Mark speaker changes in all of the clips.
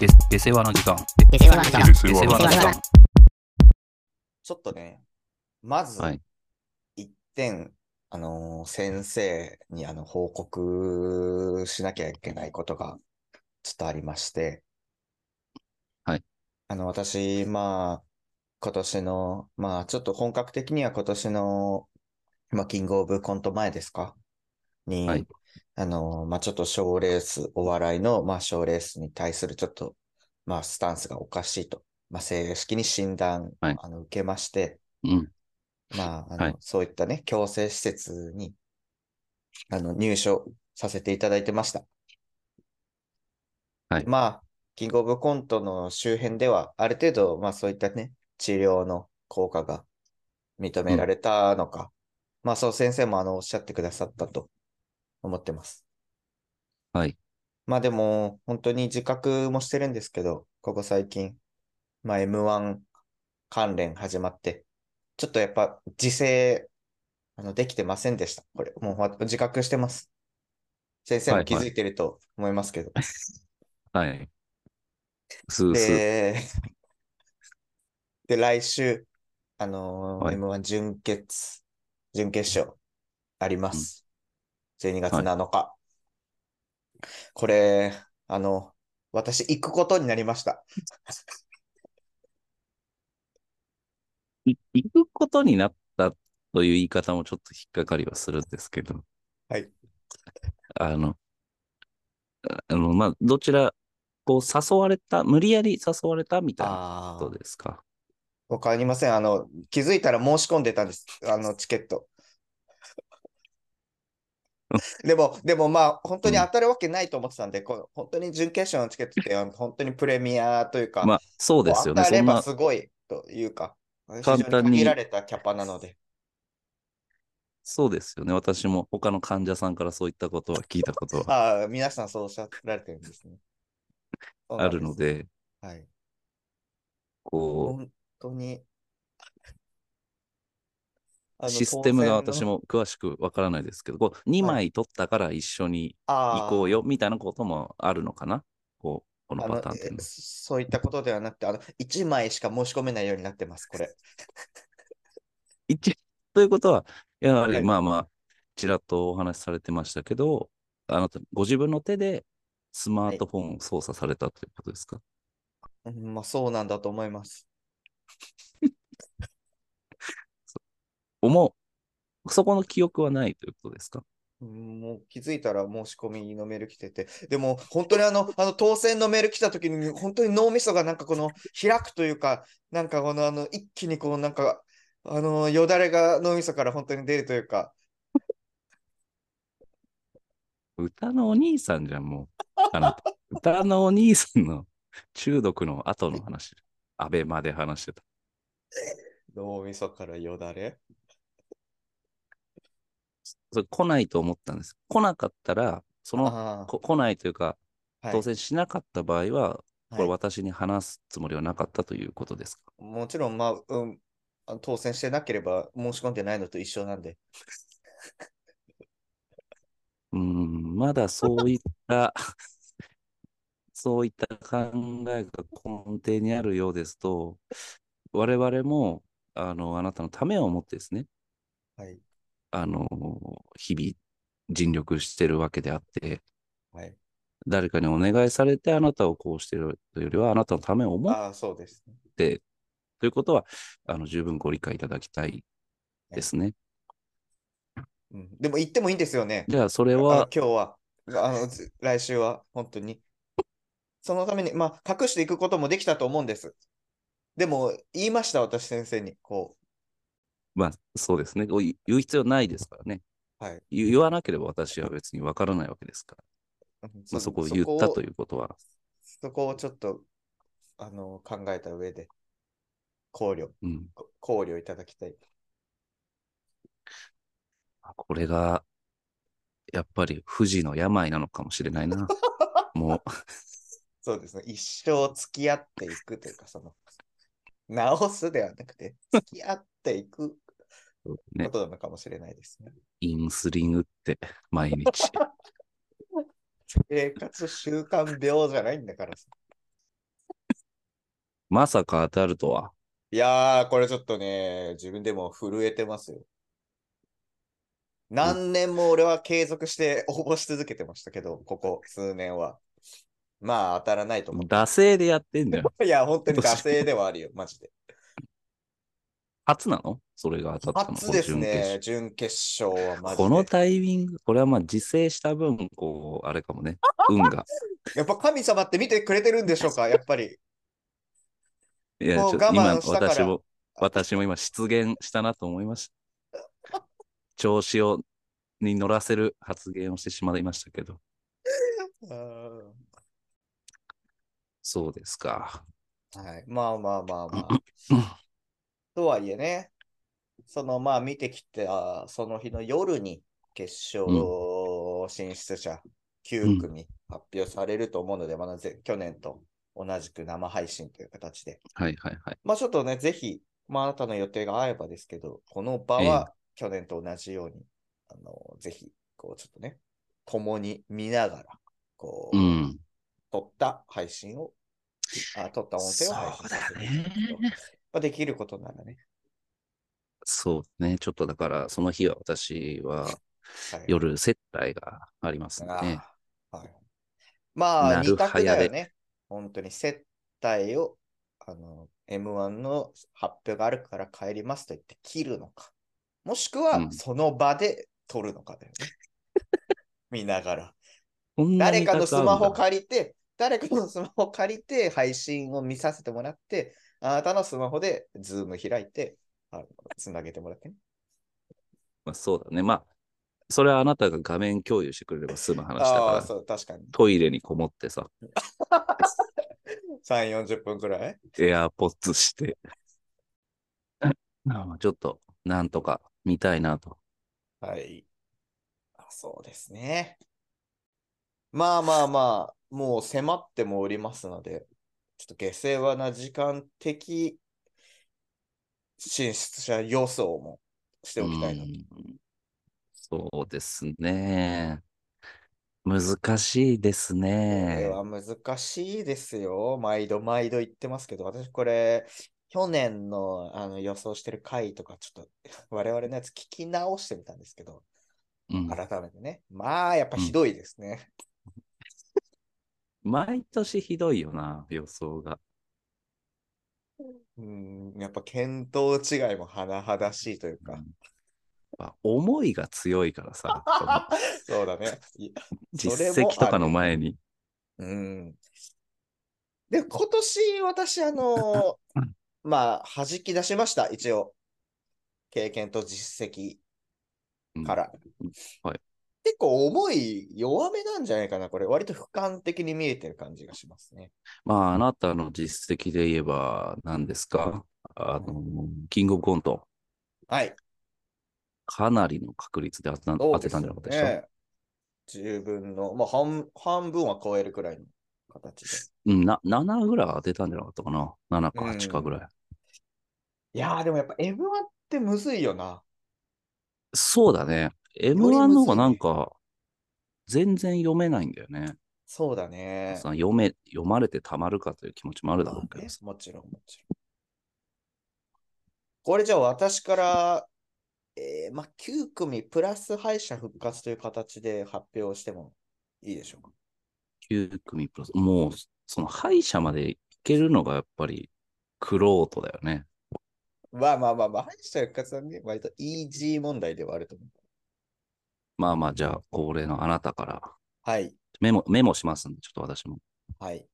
Speaker 1: で、で世話の時間。
Speaker 2: で世話の時間。
Speaker 1: で
Speaker 3: で
Speaker 1: 世
Speaker 3: 世
Speaker 1: 話
Speaker 3: 話
Speaker 1: の
Speaker 3: の
Speaker 1: 時
Speaker 2: 時
Speaker 1: 間
Speaker 2: 間。
Speaker 4: ちょっとね、まず
Speaker 1: はい、
Speaker 4: 一点、あのー先生にあの報告しなきゃいけないことがちょっとありまして、
Speaker 1: はい。
Speaker 4: あの、私、まあ、今年の、まあ、ちょっと本格的には今年の、まあ、キングオブコント前ですかに、
Speaker 1: はい
Speaker 4: あのー、まあ、ちょっと賞ーレース、お笑いの、まあ、賞ーレースに対するちょっと、まあ、スタンスがおかしいと、まあ、正式に診断、
Speaker 1: はい
Speaker 4: あの受けまして、
Speaker 1: うん。
Speaker 4: まあ、あの、
Speaker 1: はい
Speaker 4: そういったね、強制施設に、あの、入所させていただいてました。
Speaker 1: はい
Speaker 4: まあ、キングオブコントの周辺では、ある程度、まあそういったね、治療の効果が認められたのか、まあそう先生もあの、おっしゃってくださったと思ってます。
Speaker 1: はい。
Speaker 4: まあでも、本当に自覚もしてるんですけど、ここ最近、まあ M1 関連始まって、ちょっとやっぱ自制、あの、できてませんでした。これ、もうわ自覚してます。先生も気づいてると思いますけど。
Speaker 1: はい。すーすー。
Speaker 4: で、 で、来週、あのー
Speaker 1: はい
Speaker 4: M1 準決、準決勝あります。12月
Speaker 1: はい
Speaker 4: 7日。これ、あの、私行くことになりました。
Speaker 1: い行くことになったという言い方もちょっと引っかかりはするんですけど。
Speaker 4: はい。
Speaker 1: あの、ああの、まあ、どちら、こう、誘われた、無理やり誘われたみたいな
Speaker 4: あ
Speaker 1: ことですか。
Speaker 4: わかりません。あの、気づいたら申し込んでたんです。あの、チケ ット。でも、でもまあ、本当に当たるわけないと思ってたんで、こう本当に準決勝のチケットってあの、本当にプレミアというか、
Speaker 1: まあ、そうですよね。
Speaker 4: 当た
Speaker 1: そ
Speaker 4: れ
Speaker 1: ん
Speaker 4: ば
Speaker 1: な、
Speaker 4: すごいというか、非常
Speaker 1: 簡
Speaker 4: に
Speaker 1: 単に
Speaker 4: 限られたキャパなので、
Speaker 1: そうですよね。私も他の患者さんからそういったことは聞いたことは
Speaker 4: ああ、皆さんそうおっしゃられてるんですね。そうな
Speaker 1: あ
Speaker 4: ん
Speaker 1: るの。で、
Speaker 4: はい。
Speaker 1: こう、
Speaker 4: 本当に。あの
Speaker 1: システムが
Speaker 4: 当
Speaker 1: 私
Speaker 4: 選の
Speaker 1: も詳しくわからないですけど、こう、2枚取ったから一緒に
Speaker 4: あ
Speaker 1: 行
Speaker 4: あ
Speaker 1: こうよ、みたいなこともあるのかなこう、この
Speaker 4: あの
Speaker 1: パターンっていう
Speaker 4: え
Speaker 1: のは。
Speaker 4: そういったことではなくて、あの1枚しか申し込めないようになってます、これ。
Speaker 1: 一ということは、やは
Speaker 4: は
Speaker 1: り
Speaker 4: い
Speaker 1: まあまあ、ちらっとお話しされてましたけど、あなた、ご自分の手でスマートフォンを操作されたということですか、
Speaker 4: うんまあ、そうなんだと思います。
Speaker 1: 思う、そこの記憶はないということですか
Speaker 4: うんもう気づいたら申し込みのメール来てて、でも本当にあの、あの当選のメール来た時に、本当に脳みそがなんかこの開くというか、なんかこのあの一気にこうなんか、あのよだれが脳みそから本当に出るというか、
Speaker 1: 歌のお兄さんじゃん、もう。あなた 歌のお兄さんの中毒の後の話。アベまで話してた。
Speaker 4: 脳みそからよだれ
Speaker 1: それ来ないと思ったんです。来なかったら、その、
Speaker 4: あ
Speaker 1: こ来ないというか、
Speaker 4: あ、はい
Speaker 1: 当選しなかった場合は、これ
Speaker 4: はい
Speaker 1: 私に話すつもりはなかったということですか
Speaker 4: もちろん、まあ、うん、あの当選してなければ申し込んでないのと一緒なんで、
Speaker 1: うーん、まだそういった、 そういった考えが根底にあるようですと、我々も、あの、あなたのためを思ってですね、
Speaker 4: はい、
Speaker 1: あの、日々尽力してるわけであって、
Speaker 4: はい。
Speaker 1: 誰かにお願いされてあなたをこうしてるというよりは、あなたのためを思っ
Speaker 4: ああ、そうですね。
Speaker 1: て、ということは、あの、十分ご理解いただきたいですね。
Speaker 4: うん、でも行ってもいいんですよね。
Speaker 1: じゃあ、それ
Speaker 4: あの
Speaker 1: は、
Speaker 4: 今日は、あの、ず来週は、本当に。そのために、まあ、隠していくこともできたと思うんです。でも、言いました、私先生に。こ
Speaker 1: まあ、そうですね。おい言う必要ないですからね。
Speaker 4: はい
Speaker 1: 言言わなければ私は別にわからないわけですから。
Speaker 4: う、
Speaker 1: まあ、そこを言ったと
Speaker 4: う。
Speaker 1: いうことは、
Speaker 4: そこをちょっと、あの、考えた上で、考慮、
Speaker 1: うん、
Speaker 4: こ考慮いただきたい。
Speaker 1: これが、やっぱり不治の病なのかもしれない な。もう、
Speaker 4: そうですね。一生付き合っていくというか、その、直すではなくて、付き合っていくこ
Speaker 1: ね、
Speaker 4: となのかもしれないですね。
Speaker 1: インスリン打って、毎日。
Speaker 4: 生活習慣病じゃないんだからさ。
Speaker 1: まさか当たるとは。
Speaker 4: いやー、これちょっとね、自分でも震えてますよ。何年も俺は継続して応募し続けてましたけど、ここ数年は。まあ当たらないと思っ
Speaker 1: 惰性でやってんじゃん。
Speaker 4: て。いや、本当に惰性ではあるよ、マジ で。
Speaker 1: 初なのそれが当たったの
Speaker 4: 初ですね、準決勝はマジで。
Speaker 1: このタイミング、これはまあ自制した分、こう、あれかもね。運が。
Speaker 4: やっぱ神様って見てくれてるんでしょうか、やっぱり。
Speaker 1: いや、ちょ
Speaker 4: もう
Speaker 1: っと
Speaker 4: 我
Speaker 1: 今
Speaker 4: 慢、したから
Speaker 1: 私も、私も今、失言したなと思いました。 調子を、に乗らせる発言をしてしまいましたけど。
Speaker 4: うん
Speaker 1: そうですか。
Speaker 4: はい。まあまあまあまあ。とはいえね、そのまあ見てきたその日の夜に決勝進出者9組発表されると思うので、まだぜ去年と同じく生配信という形で。
Speaker 1: はいはいはい。
Speaker 4: まあちょっとね、ぜひ、まああなたの予定が合えばですけど、この場は去年と同じように、あの、ぜひ、こうちょっとね、共に見ながら、こう、
Speaker 1: うん。
Speaker 4: 撮った配信を、あ撮った音声を配信さ
Speaker 1: そう
Speaker 4: せていただくと
Speaker 1: だね
Speaker 4: まあ、できることならね。
Speaker 1: そうね。ちょっとだから、その日は私は
Speaker 4: はい、
Speaker 1: 夜接待がありますんでね。
Speaker 4: ああはい、まあ、
Speaker 1: な
Speaker 4: 二
Speaker 1: る
Speaker 4: 択
Speaker 1: は
Speaker 4: だ
Speaker 1: やで
Speaker 4: よね。本当に接待を、あの、M1 の発表があるから帰りますと言って切るのか。もしく
Speaker 1: う
Speaker 4: は、
Speaker 1: ん
Speaker 4: その場で撮るのかだよね。見ながら。
Speaker 1: こんな
Speaker 4: 誰
Speaker 1: に
Speaker 4: かのスマホ
Speaker 1: 高いんだ
Speaker 4: 借りて、誰かのスマホ借りて、配信を見させてもらって、あなたのスマホでズーム開いて、あのつなげてもらってね。
Speaker 1: まあ、そうだね。まあ、それはあなたが画面共有してくれれば済む話だ
Speaker 4: ああ
Speaker 1: か
Speaker 4: ー、
Speaker 1: ら、
Speaker 4: そう、確かに。
Speaker 1: トイレにこもってさ、
Speaker 4: 3、40分くらい
Speaker 1: エアポッツして、あちょっと、なんとか見たいなと。
Speaker 4: はい。あそうですね。まあまあまあ、もう迫ってもおりますので、ちょっと下世話な時間的進出者予想もしておきたいなと。
Speaker 1: うんそうですね。難しいです
Speaker 4: こ
Speaker 1: ね
Speaker 4: れ。は難しいですよ。毎度毎度言ってますけど、私これ、去年のあの予想してる回とか、ちょっと我々のやつ聞き直してみたんですけど、
Speaker 1: うん
Speaker 4: 改めてね。まあ、やっぱひどいですね。
Speaker 1: 毎年ひどいよな、予想が。
Speaker 4: うん、やっぱ見当違いも甚だしいという
Speaker 1: う
Speaker 4: か
Speaker 1: ん。やっぱ思いが強いからさ、その
Speaker 4: そうだね。い
Speaker 1: 実
Speaker 4: それもある
Speaker 1: 績とかの前に。
Speaker 4: うん。で、今年、私、あのー
Speaker 1: うん
Speaker 4: まあ、弾き出しました、一応。経験と実績
Speaker 1: うん
Speaker 4: から。
Speaker 1: はい
Speaker 4: 結構重い弱めなんじゃないかな、これ。割と俯瞰的に見えてる感じがしますね。
Speaker 1: まあ、あなたの実績で言えば何ですかあの、キングオブコント、
Speaker 4: はい。
Speaker 1: かなりの確率で当てた
Speaker 4: そ
Speaker 1: 当
Speaker 4: うで
Speaker 1: て
Speaker 4: す
Speaker 1: たんじゃ
Speaker 4: よ
Speaker 1: なかったでしょ、
Speaker 4: ね。十分の、まあ半、半分は超えるくらいの形で。
Speaker 1: うん、な、7ぐらい当てたんじゃなかったかな ?7 か
Speaker 4: うん
Speaker 1: 8かぐらい。
Speaker 4: いやー、でもやっぱ M1 ってむずいよな。
Speaker 1: そうだね。
Speaker 4: むずい
Speaker 1: M1 の方がなんか、全然読めないんだよね。
Speaker 4: そうだね。
Speaker 1: さ読め、読まれてたまるかという気持ちもあるだろうけどさ。
Speaker 4: もちろん、もちろん。これじゃあ私から、えーまあ、9組プラス敗者復活という形で発表してもいいでしょうか。
Speaker 1: 9組プラス、もう、その敗者までいけるのがやっぱり、クロートだよね。
Speaker 4: まあまあまあまあ、敗者復活はね、割とイージー問題ではあると思う。
Speaker 1: まあまあ、じゃあ、恒例のあなたから、
Speaker 4: はい、
Speaker 1: メモ、メモしますんで、ちょっと私も。
Speaker 4: はい、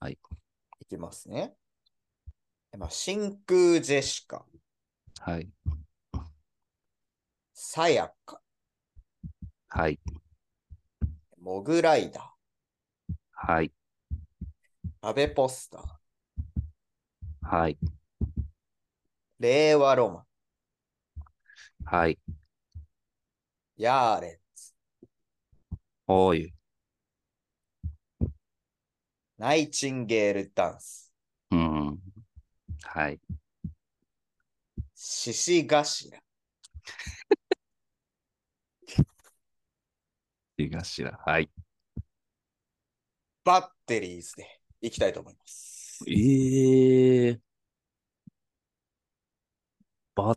Speaker 1: はい。
Speaker 4: いきますね。まあ、真空ジェシカ、
Speaker 1: はい。
Speaker 4: さやか、
Speaker 1: はい。
Speaker 4: モグライダ
Speaker 1: はい。
Speaker 4: ー、アベポスター、
Speaker 1: はい。
Speaker 4: 令和ロマン、
Speaker 1: はい。
Speaker 4: ヤーレンズ、
Speaker 1: おい。
Speaker 4: ナイチンゲールダンス、
Speaker 1: うん。はい。
Speaker 4: 獅子頭、
Speaker 1: いいかしら。はい。
Speaker 4: バッテリーズでいきたいと思います。
Speaker 1: ええば、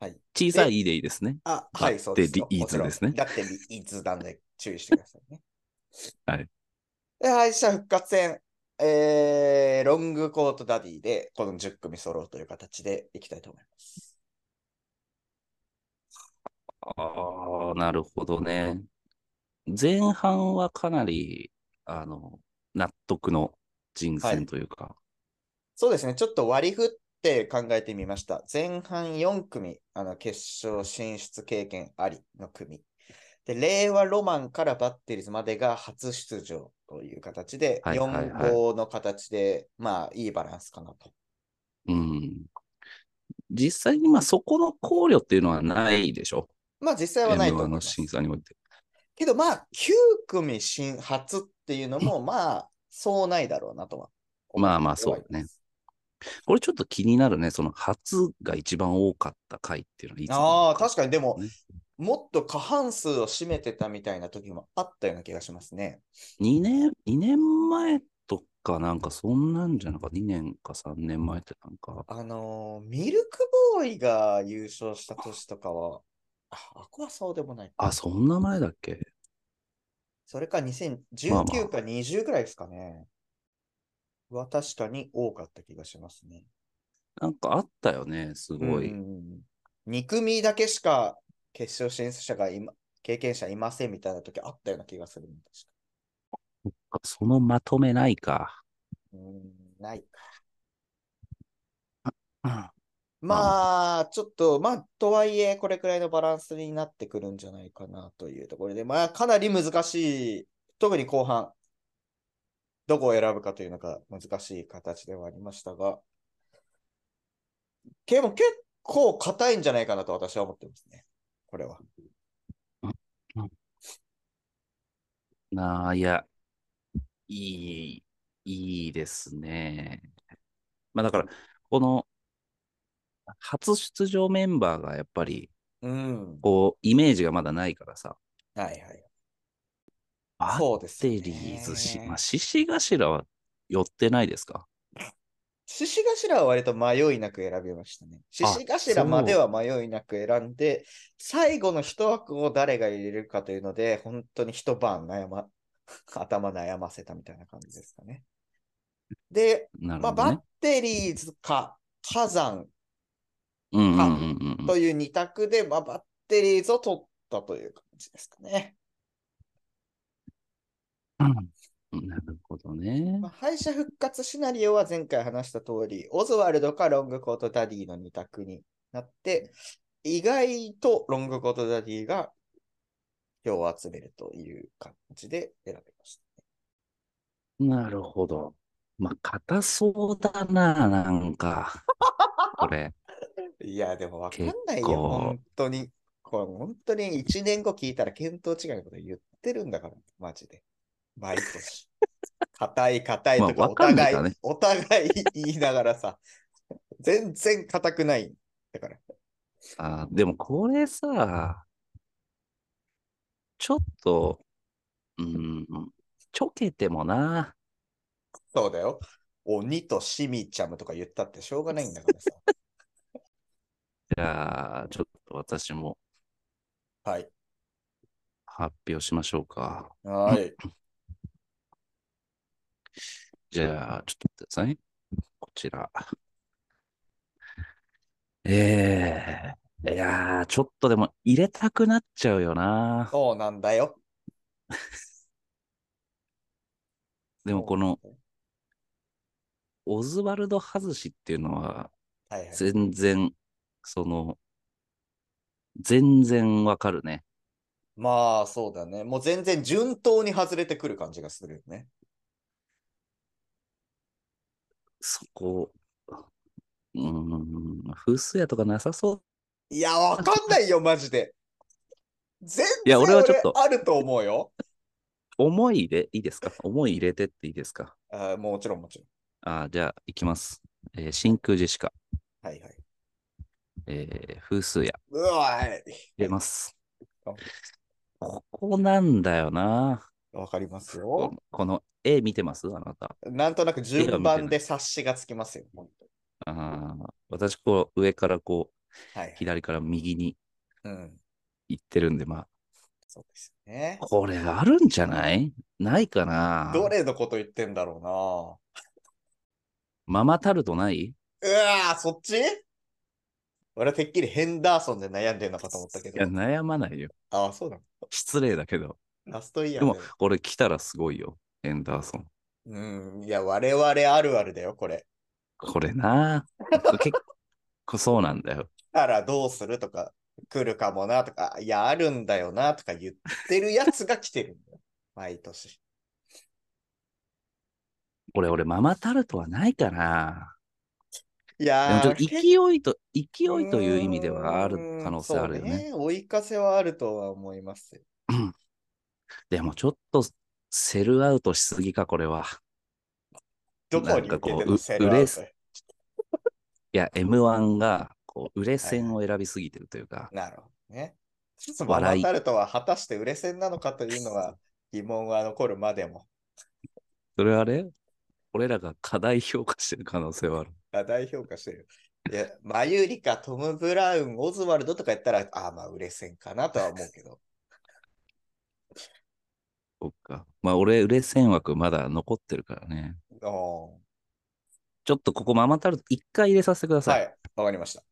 Speaker 4: はい。
Speaker 1: 小さい「い」でいいですね。
Speaker 4: あ、
Speaker 1: バ
Speaker 4: は
Speaker 1: ッ
Speaker 4: い、そう
Speaker 1: テ
Speaker 4: で
Speaker 1: リ
Speaker 4: すよ。
Speaker 1: ー
Speaker 4: もちろん
Speaker 1: ですね
Speaker 4: だってリイーズなんで注意してくださいね。
Speaker 1: はい。
Speaker 4: で、敗者復活戦、えー、ロングコートダディで、この10組揃うという形でいきたいと思います。
Speaker 1: ああ、なるほどね。前半はかなり、あの、納得の人選というか。
Speaker 4: そうですね、ちょっと割り振って考えてみました。前半4組、あの決勝進出経験ありの組。で、令和ロマンからバッテリーズまでが初出場という形で、
Speaker 1: はいはいはい
Speaker 4: 4-5の形で、まあ、いいバランスかなと。
Speaker 1: うん。実際に、まあ、そこの考慮っていうのはないでしょ。
Speaker 4: まあ、実際はない
Speaker 1: M1
Speaker 4: と思い
Speaker 1: の
Speaker 4: ます
Speaker 1: 審。査において。
Speaker 4: けどまあ、9組新初っていうのも、まあ、そうないだろうなとは思って
Speaker 1: まあまあ
Speaker 4: はい
Speaker 1: そうね
Speaker 4: ます。
Speaker 1: これちょっと気になるね。その、初が一番多かった回っていうのはいつなの
Speaker 4: ああ、
Speaker 1: か
Speaker 4: 確かにでも、
Speaker 1: ね
Speaker 4: もっと過半数を占めてたみたいな時もあったような気がしますね。
Speaker 1: 2年、2年前とかなんかそんなんじゃなかった、2年か3年前ってなんか、
Speaker 4: あのーミルクボーイが優勝した年とかは、あ、あこはそうでもない。
Speaker 1: あ、そんな前だっけ
Speaker 4: それか
Speaker 1: まあま
Speaker 4: 2019
Speaker 1: あ
Speaker 4: か20ぐらいですかね。は確かに多かった気がしますね。
Speaker 1: なんかあったよね、すごい。
Speaker 4: 2組だけしか決勝進出者がいま経験者いませんみたいな時あったような気がするんです。
Speaker 1: あそのまとめないか。
Speaker 4: うーんないか。
Speaker 1: うん
Speaker 4: まあ、ちょっと、まあ、とはいえ、これくらいのバランスになってくるんじゃないかなというところで、まあ、かなり難しい、特に後半、どこを選ぶかというのが難しい形ではありましたが、でも結構硬いんじゃないかなと私は思ってますね。これは。
Speaker 1: なあ、いや、いい、いいですね。まあだから、この、初出場メンバーがやっぱり、
Speaker 4: うん。
Speaker 1: こう、イメージがまだないからさ、
Speaker 4: はいはい。
Speaker 1: バッ
Speaker 4: そうです
Speaker 1: テ
Speaker 4: よね。
Speaker 1: リーズし、まあ、獅子頭は寄ってないですか
Speaker 4: 獅子頭は割と迷いなく選びましたね。獅子頭までは迷いなく選んで、最後の一枠を誰が入れるかというので、本当に一晩悩ま、 頭悩ませたみたいな感じですかね。で、
Speaker 1: なる
Speaker 4: まあ、
Speaker 1: ほど
Speaker 4: バッ
Speaker 1: ね。
Speaker 4: テリーズか火山
Speaker 1: うんうんうんうん。
Speaker 4: という二択で、まあ、バッテリーズを取ったという感じですかね。
Speaker 1: うんなるほどね
Speaker 4: ま。あ、敗者復活シナリオは前回話した通り、オズワルドかロングコートダディの2択になって、意外とロングコートダディが票を集めるという感じで選びまし
Speaker 1: なるほど。まあ、硬そうだな、なん か。これ。
Speaker 4: た。いや、でもわかんない
Speaker 1: 結
Speaker 4: よ、
Speaker 1: 構
Speaker 4: 本当に。これ本当に1年後聞いたら見当違いのこと言ってるんだから、マジで。毎 年。硬い硬いと
Speaker 1: まあ
Speaker 4: か、
Speaker 1: わ
Speaker 4: お
Speaker 1: かんない
Speaker 4: 互
Speaker 1: か
Speaker 4: い、
Speaker 1: らね
Speaker 4: お互い言いながらさ、全然硬くない。だから。
Speaker 1: あーでもこれさ、ちょっと、うん、ちょけてもな。
Speaker 4: そうだよ。鬼とシミちゃむとか言ったってしょうがないんだからさ。
Speaker 1: じゃあ、ちょっと私も
Speaker 4: はい。
Speaker 1: 発表しましょうか。
Speaker 4: はい。
Speaker 1: じゃあ、ちょっと待ってください。こちら。ええいやー、ちょっとでも入れたくなっちゃうよな。
Speaker 4: そうなんだよ。
Speaker 1: でもこの
Speaker 4: そうなん
Speaker 1: オズワルド外しっていうのは、
Speaker 4: だよ。はいはい。
Speaker 1: 全然、その、全然わかるね。
Speaker 4: まあ、そうだね。もう全然順当に外れてくる感じがするよね。
Speaker 1: そこ、うーん、風水屋とかなさそう。
Speaker 4: いや、わかんないよ、マジで。全
Speaker 1: い
Speaker 4: 然
Speaker 1: や俺はちょっと
Speaker 4: 俺あると思うよ。
Speaker 1: 思いでいいですか思い入れてっていいですか
Speaker 4: あーもちろん、もちろ
Speaker 1: あーじゃあ、いきます。えー真空ジェシカ、
Speaker 4: ん。はいはい。
Speaker 1: えー、風水屋、
Speaker 4: うわーい。
Speaker 1: 入れます
Speaker 4: はい。
Speaker 1: ここなんだよな。
Speaker 4: わかります
Speaker 1: こ
Speaker 4: よ。
Speaker 1: この絵見てますあなた。
Speaker 4: なんとなく順番で察しがつきますよ。本当に
Speaker 1: あー私、こう、上からこう、
Speaker 4: はいはい。
Speaker 1: 左から右に
Speaker 4: うん。
Speaker 1: 行ってるんで、まあ、
Speaker 4: そうですね。
Speaker 1: これあるんじゃないないかな
Speaker 4: どれのこと言ってんだろ
Speaker 1: ママタルトないう
Speaker 4: な。うわー、そっち俺はてっきりヘンダーソンで悩んでるのかと思ったけ
Speaker 1: いや、
Speaker 4: ど。
Speaker 1: 悩まないよ。
Speaker 4: ああ、そうだ。
Speaker 1: 失礼だけど。
Speaker 4: ラストイヤ
Speaker 1: で
Speaker 4: ー
Speaker 1: も
Speaker 4: で。、
Speaker 1: これ来たらすごいよ。エンダーソン。
Speaker 4: うん。いや、我々あるあるだよ、これ。
Speaker 1: これな結構そうなんだよ。
Speaker 4: たらどうするとか、来るかもなとか、いや、あるんだよなとか言ってるやつが来てるんだよ。 毎年。
Speaker 1: 俺、俺、ママタルトはないかな。
Speaker 4: い
Speaker 1: でも
Speaker 4: や
Speaker 1: ちょっ
Speaker 4: ー
Speaker 1: と、勢いと、勢いという意味ではある可能性あるよ
Speaker 4: うーん
Speaker 1: ね。
Speaker 4: そう追い風はあるとは思いますよ。
Speaker 1: でもちょっと、セルアウトしすぎか、これは。
Speaker 4: どこに
Speaker 1: なんか
Speaker 4: 向
Speaker 1: こう
Speaker 4: けて
Speaker 1: う
Speaker 4: のセルアウト
Speaker 1: うれしいや、M1 が、こう、売れ線を選びすぎてるというか、
Speaker 4: なるほどね。マ
Speaker 1: 笑
Speaker 4: マ
Speaker 1: い
Speaker 4: タルトは果たして売れ線なのかという のは疑問は残るまでも。
Speaker 1: それはね、俺らが過大評価してる可能性はある。
Speaker 4: あ代表化してる。いや、マユリカ、トム・ブラウン、オズワルドとか言ったら、ああ、まあ、売れ線かなとは思うけ ど。
Speaker 1: そっか。まあ、俺、売れ線枠まだ残ってるからね。
Speaker 4: お
Speaker 1: ちょっとここママタルト一回入れさせてくだ
Speaker 4: ー
Speaker 1: さ。
Speaker 4: はいい、わかりました。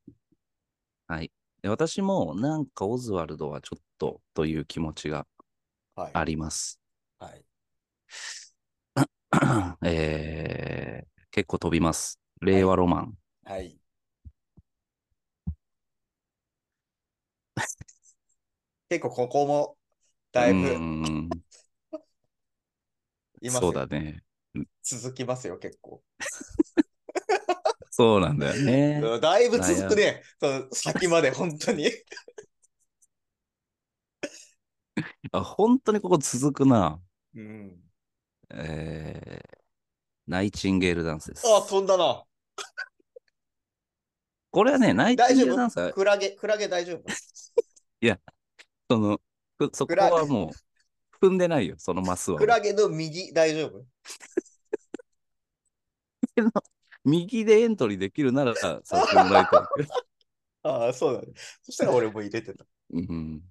Speaker 1: で私もなんかオズワルドはちょっとという気持ちが
Speaker 4: はい。
Speaker 1: あります。
Speaker 4: はい、
Speaker 1: えー結構飛びます。令和ロマン。
Speaker 4: はい。 結構ここも、だいうぶ、
Speaker 1: ーん
Speaker 4: いますよ
Speaker 1: そうだね。
Speaker 4: 続きますよ、結構。
Speaker 1: そうなんだよね。
Speaker 4: だいぶ続くね、その先まで、本 当に。
Speaker 1: あ本当にここ続くな。
Speaker 4: うん。
Speaker 1: えーナイチンゲールダンスです。
Speaker 4: あ、飛んだな。
Speaker 1: これはね、ナイチンゲールダンスは、
Speaker 4: クラゲ、クラゲ大丈夫
Speaker 1: その、ふそこはもう、踏んでないよ、そのマスは
Speaker 4: ク。ラゲの右大丈夫
Speaker 1: 右でエントリーできるなら、さすがにナイト
Speaker 4: ああ、そうだね。そしたら俺も入れてた。
Speaker 1: うん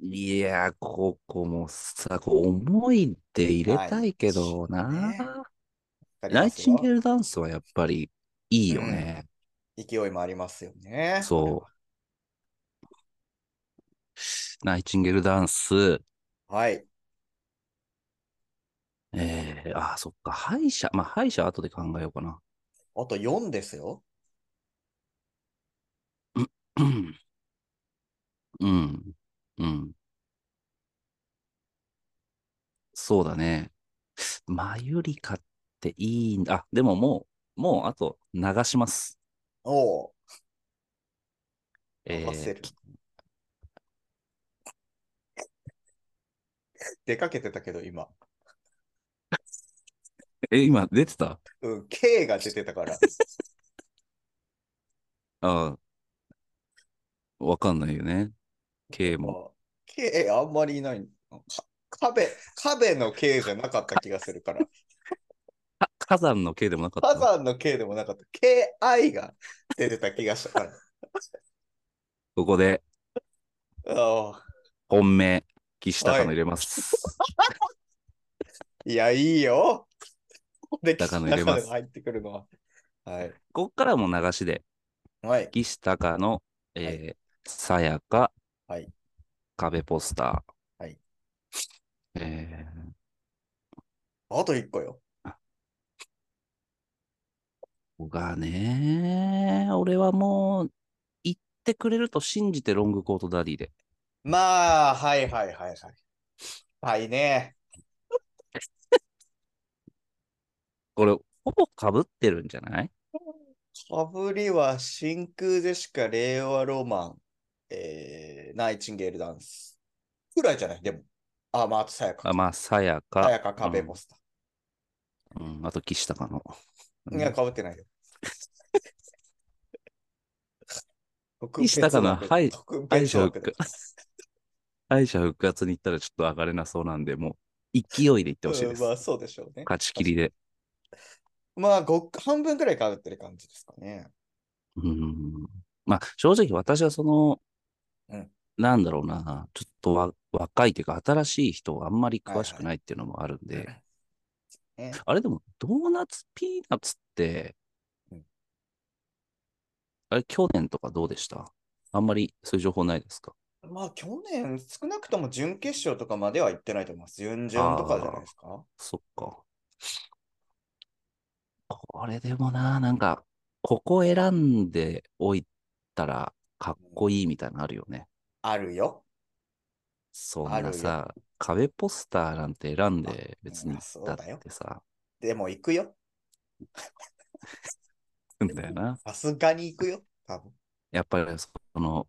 Speaker 1: いやー、ここもさ、こう思いで入れたいけどな、
Speaker 4: はい
Speaker 1: ナイチンゲー
Speaker 4: ル。
Speaker 1: ルダンスはやっぱりいいよね。
Speaker 4: 勢いもありますよね。
Speaker 1: そう。ナイチンゲールダンス、
Speaker 4: う。はい。
Speaker 1: えー、あー、そっか、歯医者、まあ、歯医者は後で考えようかな。
Speaker 4: あと4ですよ。
Speaker 1: うん。うん。うん。そうだね。マユリカっていいんだ。あ、でももう、もうあと流します。
Speaker 4: おお。
Speaker 1: え
Speaker 4: 任せ
Speaker 1: ー
Speaker 4: る、出かけてたけど、今。
Speaker 1: え、今出てた
Speaker 4: うん、K が出てたから。
Speaker 1: ああ。わかんないよね。K も。
Speaker 4: あ K あんまりいない。か壁、壁の K じゃなかった気がするから。
Speaker 1: か火山の K でもなか
Speaker 4: 火
Speaker 1: った。
Speaker 4: 山の K でもなかった。KI が出てた気がしたから。
Speaker 1: ここで
Speaker 4: ああ
Speaker 1: 本命、岸高野入れます。
Speaker 4: いや、いいよ。 で、
Speaker 1: 高野入れます
Speaker 4: 岸高野が入ってくるのは。はい。
Speaker 1: ここからも流しで。
Speaker 4: はい。
Speaker 1: 岸高の、えー、さやか、
Speaker 4: はい
Speaker 1: 壁ポスター、
Speaker 4: はい
Speaker 1: えー
Speaker 4: あと1個よ。
Speaker 1: ここがね、俺はもう、言ってくれると信じてロングコートダディで。
Speaker 4: まあ、はいはいはいはい。はいね。
Speaker 1: これ、ほぼかぶってるんじゃない
Speaker 4: かぶりは真空でしか令和ロマン、えー、ナイチンゲールダンス。くらいじゃないでも。あ、まあ、あとさやか
Speaker 1: あ。まあ、さやか、
Speaker 4: さやか壁ポスタ
Speaker 1: うん、あと岸高の。
Speaker 4: ー。いや、かぶってな いよ。特
Speaker 1: 西高の
Speaker 4: 別枠
Speaker 1: はい
Speaker 4: 特
Speaker 1: 敗
Speaker 4: 別
Speaker 1: 者
Speaker 4: 枠
Speaker 1: 復
Speaker 4: だ
Speaker 1: 活。敗者復活に行ったらちょっと上がれなそうなんで、も勢いで言ってほしいです。
Speaker 4: うんまあ、そうでしょうね。
Speaker 1: 勝ちきりで。
Speaker 4: まあ、ご半分くらいかぶってる感じですかね。
Speaker 1: うん。まあ、正直私はその、
Speaker 4: うん
Speaker 1: なんだろうな、ちょっとわ若いというか、新しい人はあんまり詳しくないっていうのもあるんで、
Speaker 4: ね
Speaker 1: あれでも、ドーナツ、ピーナッツって、
Speaker 4: うん
Speaker 1: あれ、去年とかどうでしたあんまりそういう情報ないですか
Speaker 4: まあ、去年、少なくとも準決勝とかまでは行ってないと思います。準々とかじゃないですか。
Speaker 1: そっか。これでもな、なんか、ここ選んでおいたらかっこいいみたいなのあるよね。
Speaker 4: あるよ。
Speaker 1: そ
Speaker 4: あ
Speaker 1: ん
Speaker 4: る
Speaker 1: な
Speaker 4: よ
Speaker 1: さ、壁ポスターなんて選んで別に
Speaker 4: あそうだ
Speaker 1: だ
Speaker 4: よ
Speaker 1: ってさ、
Speaker 4: でも行くよ。
Speaker 1: うんだよな。
Speaker 4: さすがに行くよ。多分
Speaker 1: やっぱりその、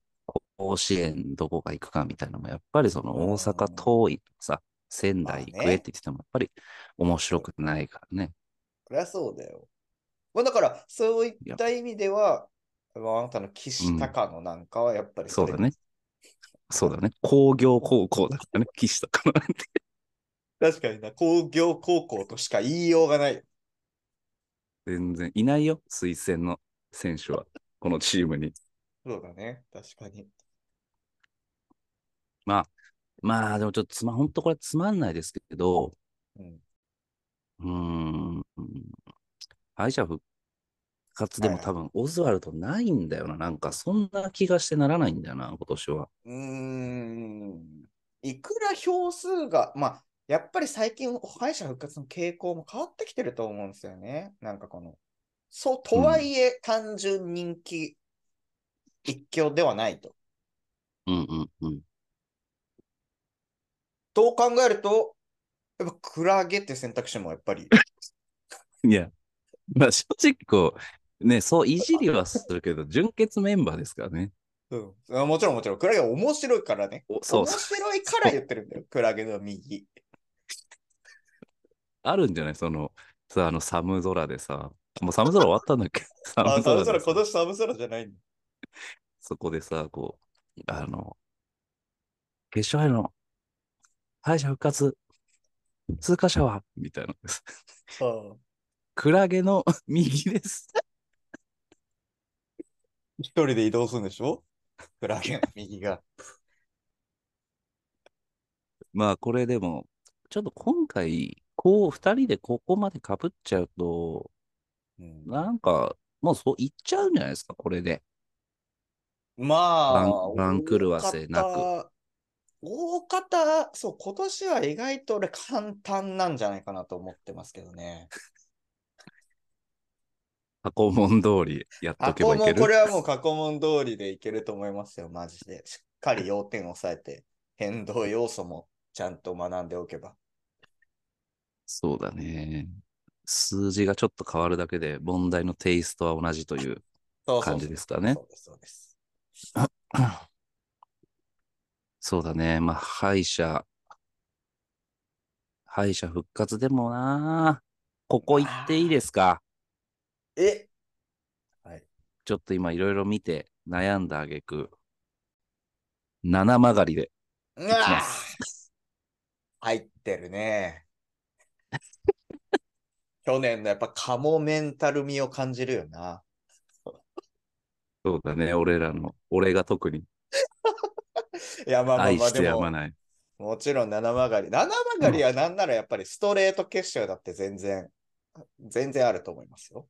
Speaker 1: 甲子園どこが行くかみたいなのも、やっぱりその
Speaker 4: うん
Speaker 1: 大阪遠いとかさ、仙台
Speaker 4: まあ
Speaker 1: 育
Speaker 4: ね
Speaker 1: 英って言ってても、やっぱり面白くないからね。
Speaker 4: そりゃそうだよ。まあ、だから、そういった意味では、まああなたの岸高野なんかはやっぱり
Speaker 1: そう
Speaker 4: れ
Speaker 1: だね。そうだね。工業高校だ からね、岸とかなんて。
Speaker 4: 確かにな、工業高校としか言いようがない。
Speaker 1: 全然いないよ、推薦の選手は、このチームに。
Speaker 4: そうだね、確かに。
Speaker 1: まあ、でもちょっとつま、本当これつまんないですけど、
Speaker 4: うん、
Speaker 1: うーん、敗者復活でも
Speaker 4: はいは
Speaker 1: 多分、オズワルドないんだよな。なんか、そんな気がしてならないんだよな、今年は。
Speaker 4: うーん、いくら票数が、まあ、やっぱり最近、敗者復活の傾向も変わってきてると思うんですよね。なんかこの、そう、とはいえ、単純人気一強ではないと。
Speaker 1: うんうんうん。
Speaker 4: と考えると、やっぱクラゲって選択肢もやっ ぱり、
Speaker 1: いや、まあ正直こう、ね、そういじりはするけど、 純潔メンバーですからね。
Speaker 4: うん、あもちろんもちろん、クラゲは面白いからね。
Speaker 1: おそう
Speaker 4: 面
Speaker 1: そう。
Speaker 4: 白いから言ってるんだよ、クラゲの右。
Speaker 1: あるんじゃないその、さ、あの、寒空でさ、もう寒空終わったんだっけ
Speaker 4: あ、
Speaker 1: 寒空
Speaker 4: サブソ
Speaker 1: で
Speaker 4: ラ、今
Speaker 1: さ、
Speaker 4: 年サブソラじゃないんだ。
Speaker 1: そこでさ、こう、あの、決勝への敗者復活、通過者は、みたいなのです。
Speaker 4: あ
Speaker 1: クラゲの 右です。
Speaker 4: 一人で移動するんでしょクラゲの右が。
Speaker 1: まあ、これでも、ちょっと今回、こう、二人でここまで被っちゃうと、
Speaker 4: うん
Speaker 1: なんか、もうそう、いっちゃうんじゃないですか、これで。
Speaker 4: まあ、
Speaker 1: 番狂わせなく
Speaker 4: 大方。大方、そう、今年は意外と俺簡単なんじゃないかなと思ってますけど ね。
Speaker 1: 箱門通りやっと
Speaker 4: 過
Speaker 1: け
Speaker 4: 去
Speaker 1: ばいけ
Speaker 4: 問、
Speaker 1: る。
Speaker 4: これはもう過去問通りでいけると思いますよ、マジで。しっかり要点を抑えて、変動要素もちゃんと学んでおけば。
Speaker 1: そうだね。数字がちょっと変わるだけで問題のテイストは同じという。
Speaker 4: そうそうそう
Speaker 1: 感じですかね
Speaker 4: そうです、そうです。
Speaker 1: そうだね。まあ、敗者、敗者復活でもなあ、ここ行っていいですか
Speaker 4: え
Speaker 1: ちょっと今いろいろ見て悩んだあげく、七曲がりで。
Speaker 4: う
Speaker 1: き
Speaker 4: わ
Speaker 1: ま
Speaker 4: 入って るね。去年のやっぱカモメンタル味を感じるよな。
Speaker 1: そうだね。俺らの、俺が特に
Speaker 4: いや、まあまあ
Speaker 1: 愛
Speaker 4: まあ、
Speaker 1: し
Speaker 4: で
Speaker 1: てやま
Speaker 4: も、
Speaker 1: ない。
Speaker 4: もちろん七曲がり。七曲がりはなんならやっぱりストレート決勝だって全然、全然あると思いますよ。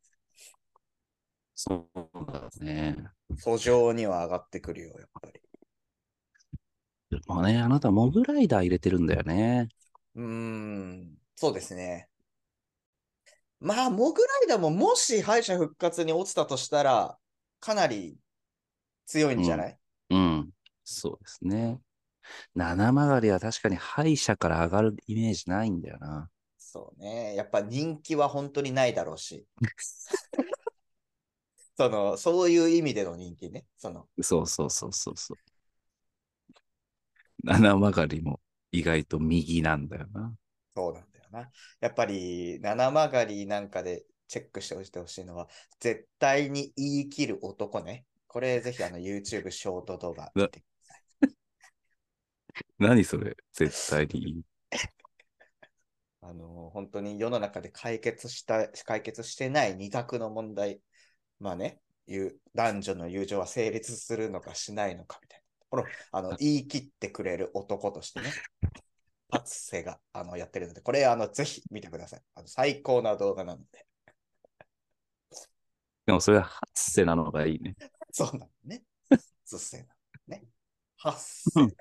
Speaker 1: そうだね。
Speaker 4: 訴状には上がってくるよ、やっぱり。
Speaker 1: まあね、あなたモグライダー入れてるんだよね。
Speaker 4: うーん、そうですね。まあ、モグライダーももし敗者復活に落ちたとしたら、かなり強いんじゃない、
Speaker 1: うん。そうですね。七曲がりは確かに敗者から上がるイメージないんだよな。
Speaker 4: そうね。やっぱ人気は本当にないだろうし。その、そういう意味での人気ね。その、
Speaker 1: そうそうそうそうそう。七曲がりも意外と右なんだよな。
Speaker 4: そうなんだよな。やっぱり、七曲がりなんかでチェックしておいてほしいのは、絶対に言い切る男ね。これぜひあの YouTube ショート動画見て。
Speaker 1: 何それ絶対にいい。
Speaker 4: あの、本当に世の中で解決した、解決してない二択の問題、まあね、いう男女の友情は成立するのかしないのかみたいなところを、あの、言い切ってくれる男としてね、 パツセが、あの、やってるので、これ、あの、ぜひ見てください。あの、最高な動画なので。
Speaker 1: でもそれはハッセなのがいいね。
Speaker 4: そうなのね。ずっせなのね。はっせ
Speaker 1: う。ん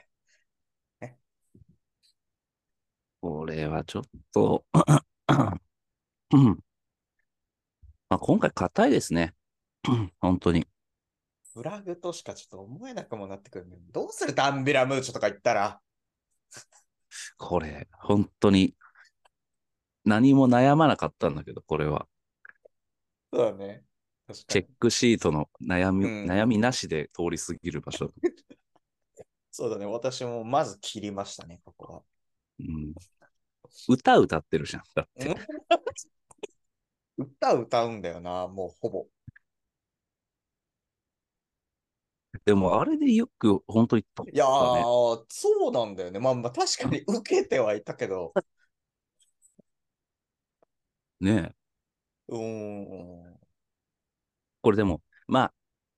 Speaker 1: これはちょっと、うんまあ、今回硬いですね。本当に。
Speaker 4: フラグとしかちょっと思えなくもなってくるんだよどうするダンビラムーチョとか言ったら。
Speaker 1: これ、本当に。何も悩まなかったんだけど、これは。
Speaker 4: そうだね。確か
Speaker 1: チェ
Speaker 4: に
Speaker 1: ッ。クシートの悩み、
Speaker 4: うん
Speaker 1: 悩みなしで通り過ぎる場所。
Speaker 4: そうだね。私もまず切りましたね、ここは。
Speaker 1: うん、歌歌ってるじゃん。だって。
Speaker 4: 歌歌うんだよな、もうほぼ。
Speaker 1: でも、あれでよく本当に撮ったね、
Speaker 4: いやー、そうなんだよね。まあまあ確かに受けてはいたけ ど、
Speaker 1: ねえ
Speaker 4: うーん。
Speaker 1: これでも、まあ、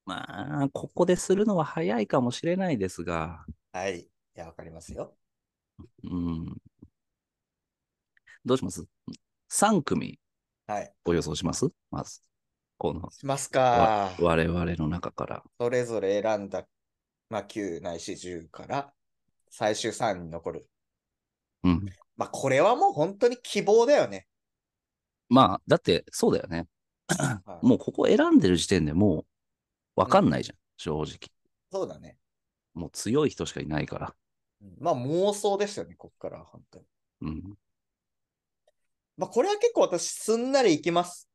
Speaker 1: まあ、ここでするのは早いかもしれないですが、
Speaker 4: はい。いや、わかりますよ。
Speaker 1: うん。どうします ?3 組
Speaker 4: はい。
Speaker 1: を予想しますまず。この、
Speaker 4: しますか。
Speaker 1: 我々の中から。
Speaker 4: それぞれ選んだ、まあ9ないし10から最終3に残る。
Speaker 1: うん。
Speaker 4: まあこれはもう本当に希望だよね。
Speaker 1: まあ、だって、そうだよね。
Speaker 4: はい
Speaker 1: もうここ選んでる時点でもう、わかんないじゃん。正直。
Speaker 4: そうだね。
Speaker 1: もう強い人しかいないから。
Speaker 4: うんまあ妄想ですよね、こっからは本当に。
Speaker 1: うん。
Speaker 4: まあこれは結構私すんなりいきます。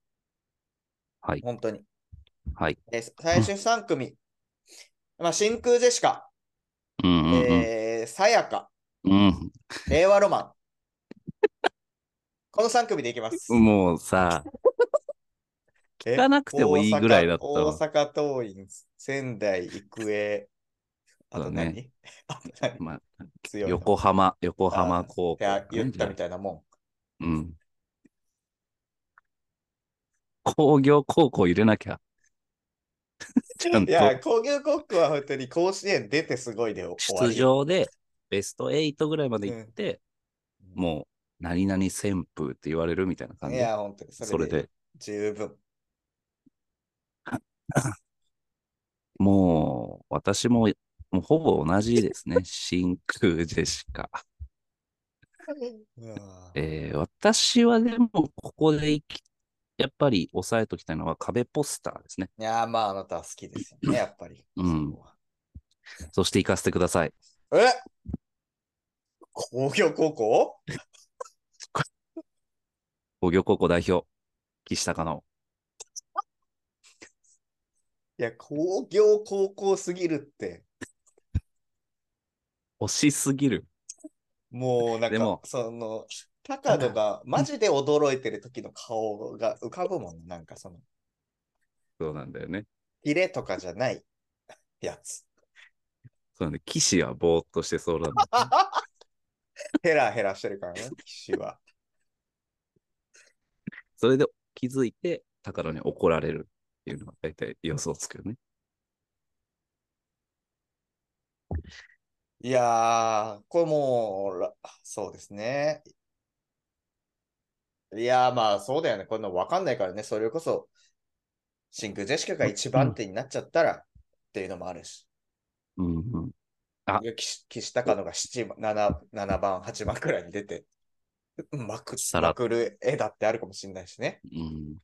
Speaker 1: はい。
Speaker 4: 本当に。
Speaker 1: はい。
Speaker 4: えー最終3組。まあ、真空ジェシカ、
Speaker 1: うんうんうん。
Speaker 4: えーさやか、
Speaker 1: うん
Speaker 4: 令和ロマン。 この3組でいきます。
Speaker 1: もうさ、
Speaker 4: え
Speaker 1: 聞かなくてもいいぐらいだった
Speaker 4: 大
Speaker 1: わ。
Speaker 4: 阪大阪桐蔭、仙台育英。あと何、
Speaker 1: そうだ
Speaker 4: あと何
Speaker 1: まあ、
Speaker 4: 強いの
Speaker 1: 横浜、横
Speaker 4: あ
Speaker 1: 浜
Speaker 4: ー
Speaker 1: 高校
Speaker 4: いや、言っ
Speaker 1: じゃ
Speaker 4: た
Speaker 1: あ
Speaker 4: みたいなも
Speaker 1: うん。工業高校入れなきゃ。ちゃん
Speaker 4: ん。い
Speaker 1: と
Speaker 4: や、工業高校は本当に甲子園出てすごいで終わ
Speaker 1: 出
Speaker 4: りよ。
Speaker 1: 場でベスト8ぐらいまで行って、もう何々旋風って言われるみたいな感
Speaker 4: い
Speaker 1: じ。
Speaker 4: や、本当にそれ
Speaker 1: それ
Speaker 4: で
Speaker 1: で、
Speaker 4: 十分。
Speaker 1: もう私ももうほぼ同じです ね。真空ジェシカ。
Speaker 4: うわー
Speaker 1: えー私はでもここでいきやっぱり押さえときたいのは壁ポスターですね。
Speaker 4: いやー、まあ、あなたは好きですよね、やっぱり。
Speaker 1: うん
Speaker 4: そこは
Speaker 1: そして行かせてください。
Speaker 4: え工業高校
Speaker 1: 工業高校代表、岸高の。
Speaker 4: いや、工業高校すぎるって、
Speaker 1: 惜しすぎる。
Speaker 4: もうなん
Speaker 1: で
Speaker 4: か
Speaker 1: も、
Speaker 4: その、高野がマジで驚いてる時の顔が浮かぶもん、なんかその、
Speaker 1: そうなんだよね。
Speaker 4: ヒレとかじゃないやつ。
Speaker 1: そうなんだ。騎士はぼーっとしてそうなんだ。
Speaker 4: ヘラヘラしてるからね、騎士は。
Speaker 1: それで気づいて、高野に怒られるっていうのが大体予想つくよね。
Speaker 4: いやー、これもうら、そうですね。いやー、まあそうだよね。こんなのわかんないからね、それこそ、真空ジェシカが一番手になっちゃったら、っていうのもあるし。
Speaker 1: うんうん。あ
Speaker 4: いや岸岸高野が7番 7, 7番、8番くらいに出て、まく
Speaker 1: さら
Speaker 4: ま
Speaker 1: っ
Speaker 4: くる絵だってあるかもしれないしね。
Speaker 1: うん、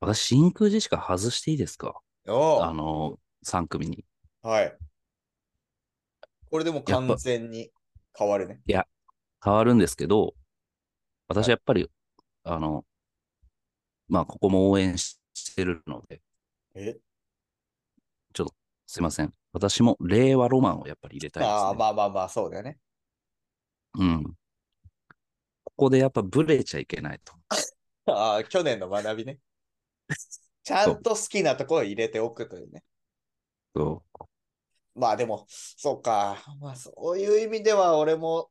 Speaker 1: 私、真空ジェシカ外していいですか
Speaker 4: お
Speaker 1: あ
Speaker 4: う
Speaker 1: の、3組に。
Speaker 4: はい。これでもう完全に変わるね。
Speaker 1: 変わるんですけど、私やっぱり、あの、まあ、ここも応援ししてるので、
Speaker 4: え
Speaker 1: すいません。私も令和ロマンをやっぱり入れたいです、ね。
Speaker 4: ああ、まあまあまあ、そうだよね。
Speaker 1: うん。ここでやっぱブレちゃいけないと。
Speaker 4: ああ、去年の学 びね。ちゃんと好きなところを入れておくというね。
Speaker 1: そう
Speaker 4: まあでも、そうか。まあそういう意味では、俺も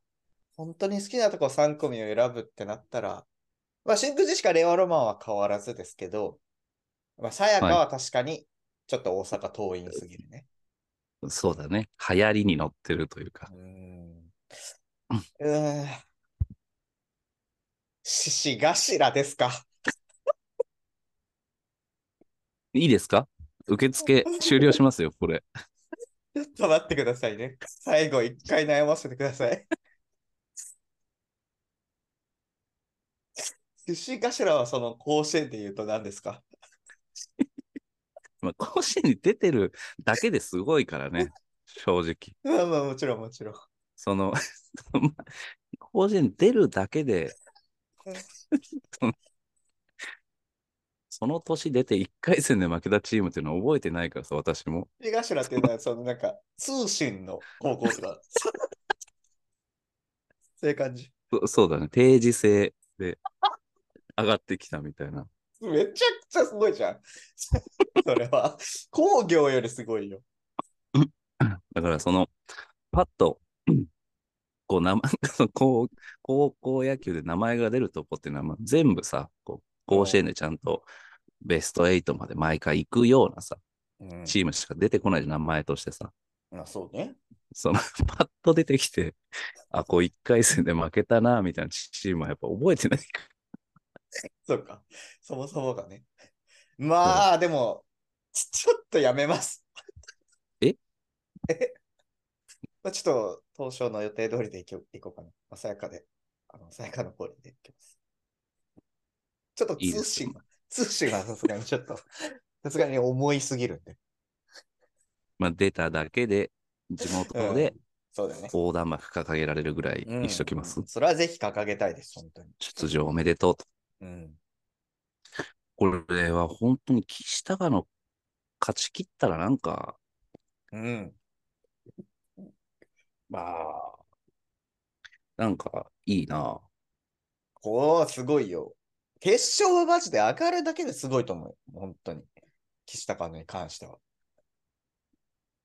Speaker 4: 本当に好きなとこ3組を選ぶってなったら、まあ、真空ジェシカ、令和ロマンは変わらずですけど、まあ、さやかは確かに、ちょっと大阪遠いすぎるね。
Speaker 1: そうだね。流行りに乗ってるというか。
Speaker 4: うーん。うーん。獅子頭ですか。
Speaker 1: いいですか受付終了し ますよ、これ。
Speaker 4: ちょっと待ってくださいね。最後、一回悩ませてください。 獅子頭はその甲子園で言うと何ですか
Speaker 1: まあ、甲子園に出てるだけですごいからね。正直。
Speaker 4: まあまあもちろんもちろん。
Speaker 1: その、 甲子園出るだけで
Speaker 4: うん、
Speaker 1: その その年出て1回戦で負けたチームっていうのは覚えてないからさ、私も。
Speaker 4: 獅子頭っていうのはそのなんか通信の高校とか。 そういう感じ。
Speaker 1: そそうだね、定時制で上がってきたみたいな。
Speaker 4: めちゃくちゃすごいじゃん。それは工業よりすごいよ。
Speaker 1: だからその、パッと、こう名前 その高高校野球で名前が出るとこっていうのは、まあ、全部さ、こう甲子園でちゃんとベスト8まで毎回行くようなさ、
Speaker 4: うん
Speaker 1: チームしか出てこないじゃん名前としてさ。
Speaker 4: まあそうね。
Speaker 1: その パッと出てきて、あ、こう1回戦で負けたな、みたいなチームはやっぱ覚えてない か
Speaker 4: そうか。そもそもがね。まあ、でも、ちちょっとやめます。
Speaker 1: え
Speaker 4: えまあちょっと、当初の予定通りでいきょいこうかな。まあ、さやかで、あの、さやかの通りでいきます。ちょっと
Speaker 1: いいで
Speaker 4: 通
Speaker 1: すよ
Speaker 4: 信が、通信がさすがにちょっと、 さすがに重いすぎるんで。
Speaker 1: まあ、出ただけで、地元で
Speaker 4: そうだよね。
Speaker 1: 横断幕掲げられるぐらい
Speaker 4: うん
Speaker 1: にしときます。
Speaker 4: それはぜひ掲げたいです、本当に。
Speaker 1: 出場おめでとうと。
Speaker 4: うん。
Speaker 1: これは本当に岸高の勝ち切ったらなんか、
Speaker 4: うん。まあ、
Speaker 1: なんかいいな。
Speaker 4: おー、すごいよ。決勝はマジで上がるだけですごいと思うよ。本当に。岸高野に関しては。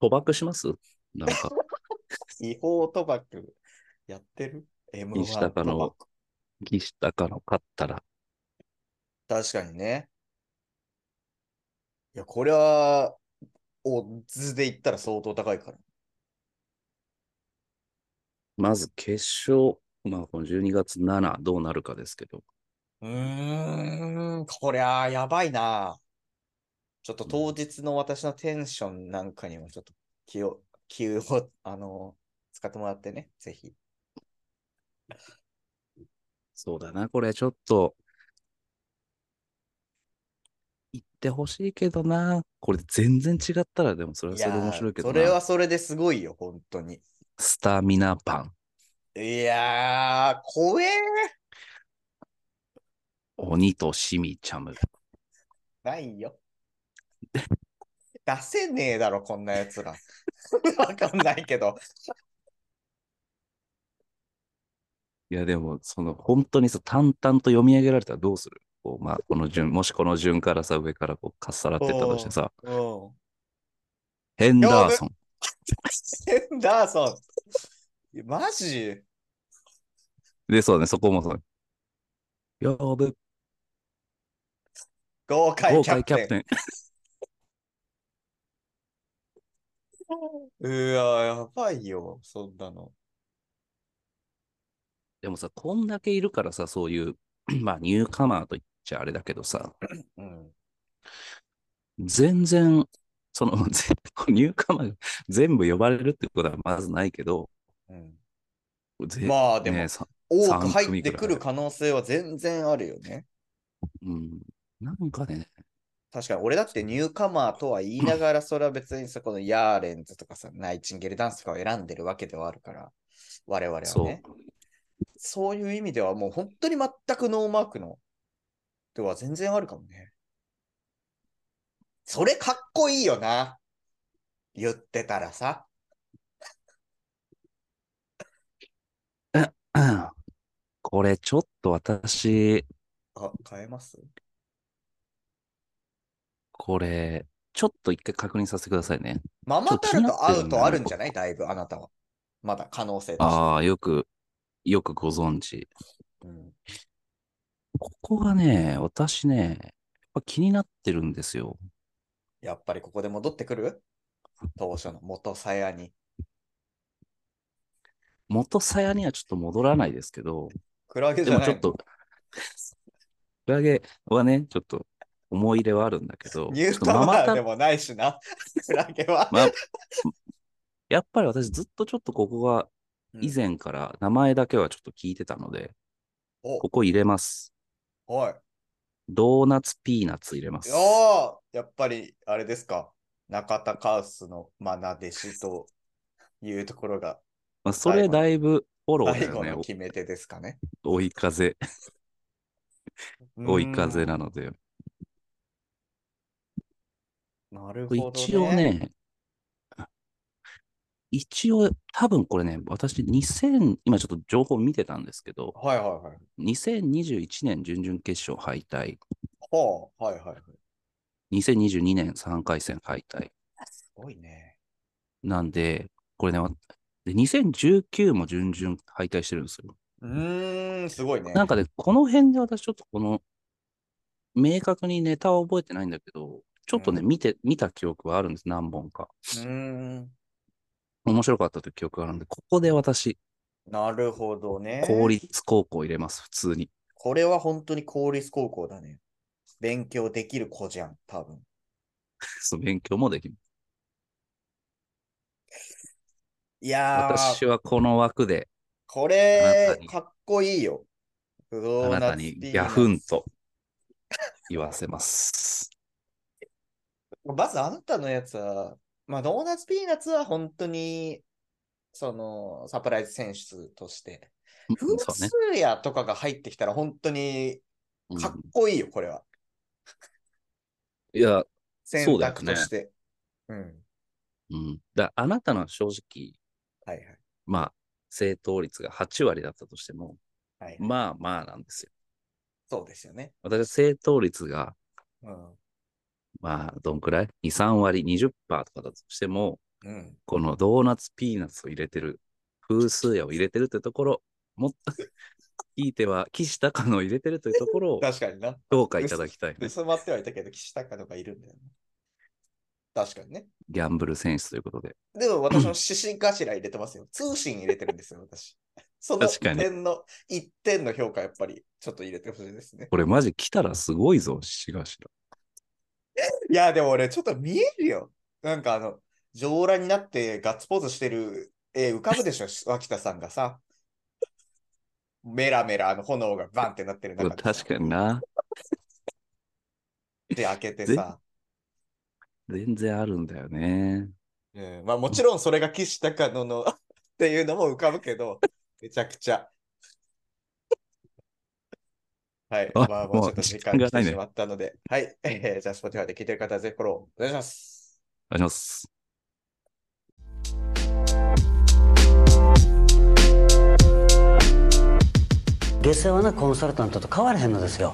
Speaker 1: 賭博しますなん か、
Speaker 4: 違法賭博やってる ?M1
Speaker 1: 岸高野
Speaker 4: 賭博
Speaker 1: 岸高の勝ったら、
Speaker 4: 確かにね。いや、これは、オッズで言ったら相当高いから。
Speaker 1: まず決勝、まあこの12月7どうなるかですけど、
Speaker 4: うーん、こりゃ、やばいな。ちょっと当日の私のテンションなんかにもちょっと気を、気を、あの、使ってもらってね、ぜひ。
Speaker 1: そうだな、これちょっと、言ってほしいけどな。これ全然違ったら、でもそれはいそれ
Speaker 4: や
Speaker 1: で面白いけど
Speaker 4: そ
Speaker 1: な。
Speaker 4: れはそれですごいよ、本当に。
Speaker 1: スタミナパン、
Speaker 4: いやー、怖え
Speaker 1: 鬼とシミチャム。
Speaker 4: ないよ。出せねえだろ、こんなやつら。 わかんないけど。
Speaker 1: いや、でも、その、本当にさ、淡々と読み上げられたらどうするこう、まあ、この順、もしこの順からさ、上からこう、かっさらってったとしてさ、
Speaker 4: うん。
Speaker 1: ヘンダーソン、
Speaker 4: ヘンダーソン。マジ
Speaker 1: で、そうね、そこもそう。呼ぶ、
Speaker 4: 豪快
Speaker 1: 豪
Speaker 4: キャプ
Speaker 1: 快キ
Speaker 4: テ
Speaker 1: ャ
Speaker 4: ン
Speaker 1: プ。テン。
Speaker 4: うわ、やばいよ、そんなの。
Speaker 1: でもさ、こんだけいるからさ、そういう、 まあ、ニューカマーと言っちゃあれだけどさ、
Speaker 4: うん。
Speaker 1: 全然、その、 全ニューカマーが 全部呼ばれるってことはまずないけど、
Speaker 4: うん、
Speaker 1: ぜ
Speaker 4: まあでも
Speaker 1: ねさ
Speaker 4: 多
Speaker 1: 三
Speaker 4: く
Speaker 1: 組
Speaker 4: 入ってくる
Speaker 1: く
Speaker 4: 可能性は全然あるよね。
Speaker 1: うん、なんかね、
Speaker 4: 確かに、俺だってニューカマーとは言いながら、それは別にそこのヤーレンズとかさ、ナイチンゲールダンスとかを選んでるわけではあるから、我々はね。
Speaker 1: そう、
Speaker 4: そういう意味ではもう本当に全くノーマークのでは全然あるかもね。それかっこいいよな。言ってたらさ。
Speaker 1: うん これちょっと私、
Speaker 4: あ、変えます
Speaker 1: これ、ちょっと一回確認させてくださいね。
Speaker 4: ママタルと会う
Speaker 1: ちょっと気になってるんだよ
Speaker 4: と
Speaker 1: な
Speaker 4: あるんじゃないだいぶあなたは。まだ可能性として。
Speaker 1: ああ、よくよくご存知。
Speaker 4: うん。
Speaker 1: ここがね、私ね、やっぱ気になってるんですよ。
Speaker 4: やっぱりここで戻ってくる当初の元さやに。
Speaker 1: 元さやにはちょっと戻らないですけど、
Speaker 4: クラゲ
Speaker 1: で
Speaker 4: じゃ
Speaker 1: も
Speaker 4: ない
Speaker 1: ちょっと、クラゲはね、ちょっと思い入れはあるんだけど、
Speaker 4: ニュ
Speaker 1: ちょ
Speaker 4: ー
Speaker 1: っと
Speaker 4: タ
Speaker 1: ママ
Speaker 4: ワ
Speaker 1: タ
Speaker 4: ーでもないしな。 クラゲは。
Speaker 1: まやっぱり私ずっとちょっとここが以
Speaker 4: うん。
Speaker 1: 前から名前だけはちょっと聞いてたので、
Speaker 4: お
Speaker 1: こ、こ入れます。
Speaker 4: おい。
Speaker 1: ドーナツピーナッツ入れます。
Speaker 4: おーやっぱり、あれですか。中田カウスの愛弟子というところが
Speaker 1: まあ、それだいぶフォローだ
Speaker 4: 最
Speaker 1: よ
Speaker 4: 後
Speaker 1: ね
Speaker 4: の。決め手ですかね。
Speaker 1: お追い風、追い風
Speaker 4: う
Speaker 1: なので。
Speaker 4: ーんなる
Speaker 1: これ
Speaker 4: ほど、ね。
Speaker 1: 一応。ね、一応多分これね、私2000、今ちょっと情報見てたんですけど、
Speaker 4: はいはいはい。
Speaker 1: 2021年準々決勝敗退、
Speaker 4: はあ、はいはいはい。
Speaker 1: 2022年3回戦敗退。
Speaker 4: すごいね。
Speaker 1: なんで、これね、わで2019も準々敗退してるんですよ。
Speaker 4: うーん、すごいね。
Speaker 1: なんかね、この辺で私ちょっとこの、明確にネタは覚えてないんだけど、ちょっとね、
Speaker 4: うん
Speaker 1: 見て、見た記憶はあるんです、何本か。
Speaker 4: うーん、
Speaker 1: 面白かったという記憶があるんで、ここで私、
Speaker 4: なるほどね。
Speaker 1: 公立高校入れます、普通に。
Speaker 4: これは本当に公立高校だね。勉強できる子じゃん、多分。
Speaker 1: そう勉強もできる。
Speaker 4: いやー、
Speaker 1: 私はこの枠で、
Speaker 4: こ
Speaker 1: あな
Speaker 4: れ
Speaker 1: た、に
Speaker 4: かっこいいよ。ド
Speaker 1: あ
Speaker 4: ー
Speaker 1: な
Speaker 4: ナ
Speaker 1: た
Speaker 4: ツ
Speaker 1: に
Speaker 4: ピーナッツ
Speaker 1: ギャフンと言わせ ます。
Speaker 4: まずあなたのやつは、まあ、ドーナツピーナッツは本当に、その、サプライズ選出として。
Speaker 1: うん
Speaker 4: フー
Speaker 1: そうね。
Speaker 4: スやとかが入ってきたら本当に
Speaker 1: うん
Speaker 4: かっこいいよ、これは。
Speaker 1: いや、そ
Speaker 4: 選
Speaker 1: うだよね
Speaker 4: 択として。うん。
Speaker 1: うん。だあなたのは正直、
Speaker 4: はいはい。
Speaker 1: まあ、正答率が8割だったとしても、
Speaker 4: はい、
Speaker 1: まあまあなんですよ。
Speaker 4: そうですよね。
Speaker 1: 私は正答率が、
Speaker 4: うん。
Speaker 1: まあ、どんくらい ?2、3割、20%とかだとしても、
Speaker 4: うん。
Speaker 1: このドーナツピーナッツを入れてる、風数やを入れてるってところ、もっと、ひいては、岸高のを入れてるというとこ ろを
Speaker 4: 確かにな。
Speaker 1: 評価いただきたいね、
Speaker 4: 薄まってはいたけど、岸高とかいるんだよね。確かにね。
Speaker 1: ギャンブル選手ということで。
Speaker 4: でも私も指針頭入れ てますよ。通信入れてるんですよ、私。その
Speaker 1: 確かに
Speaker 4: 点の、一点の評価やっぱりちょっと入れてほしいですね。
Speaker 1: これマジ来たらすごいぞ、しがし
Speaker 4: いや、でも俺ちょっと見えるよ。なんかあの、上裸になってガッツポーズしてる絵浮かぶで しょ、脇田さんがさ。メラメラあの炎がバンってなってる
Speaker 1: ら。
Speaker 4: 中でさ
Speaker 1: 確かにな。
Speaker 4: で開けてさ、
Speaker 1: 全然あるんだよね。
Speaker 4: うんまあ、もちろんそれが岸高野の っていうのも浮かぶけど、めちゃくちゃ。はい。
Speaker 1: あ
Speaker 4: まあ、も
Speaker 1: も
Speaker 4: う
Speaker 1: う
Speaker 4: ちょっと時間
Speaker 1: 時間
Speaker 4: が
Speaker 1: が
Speaker 4: 来
Speaker 1: な
Speaker 4: て
Speaker 1: いね
Speaker 4: しまったので、はい。えーじゃあ、Spotify で聞いてる方はぜひフォローお願いします。
Speaker 1: お願いします。
Speaker 2: 下世話なコンサルタントと変わらへんのですよ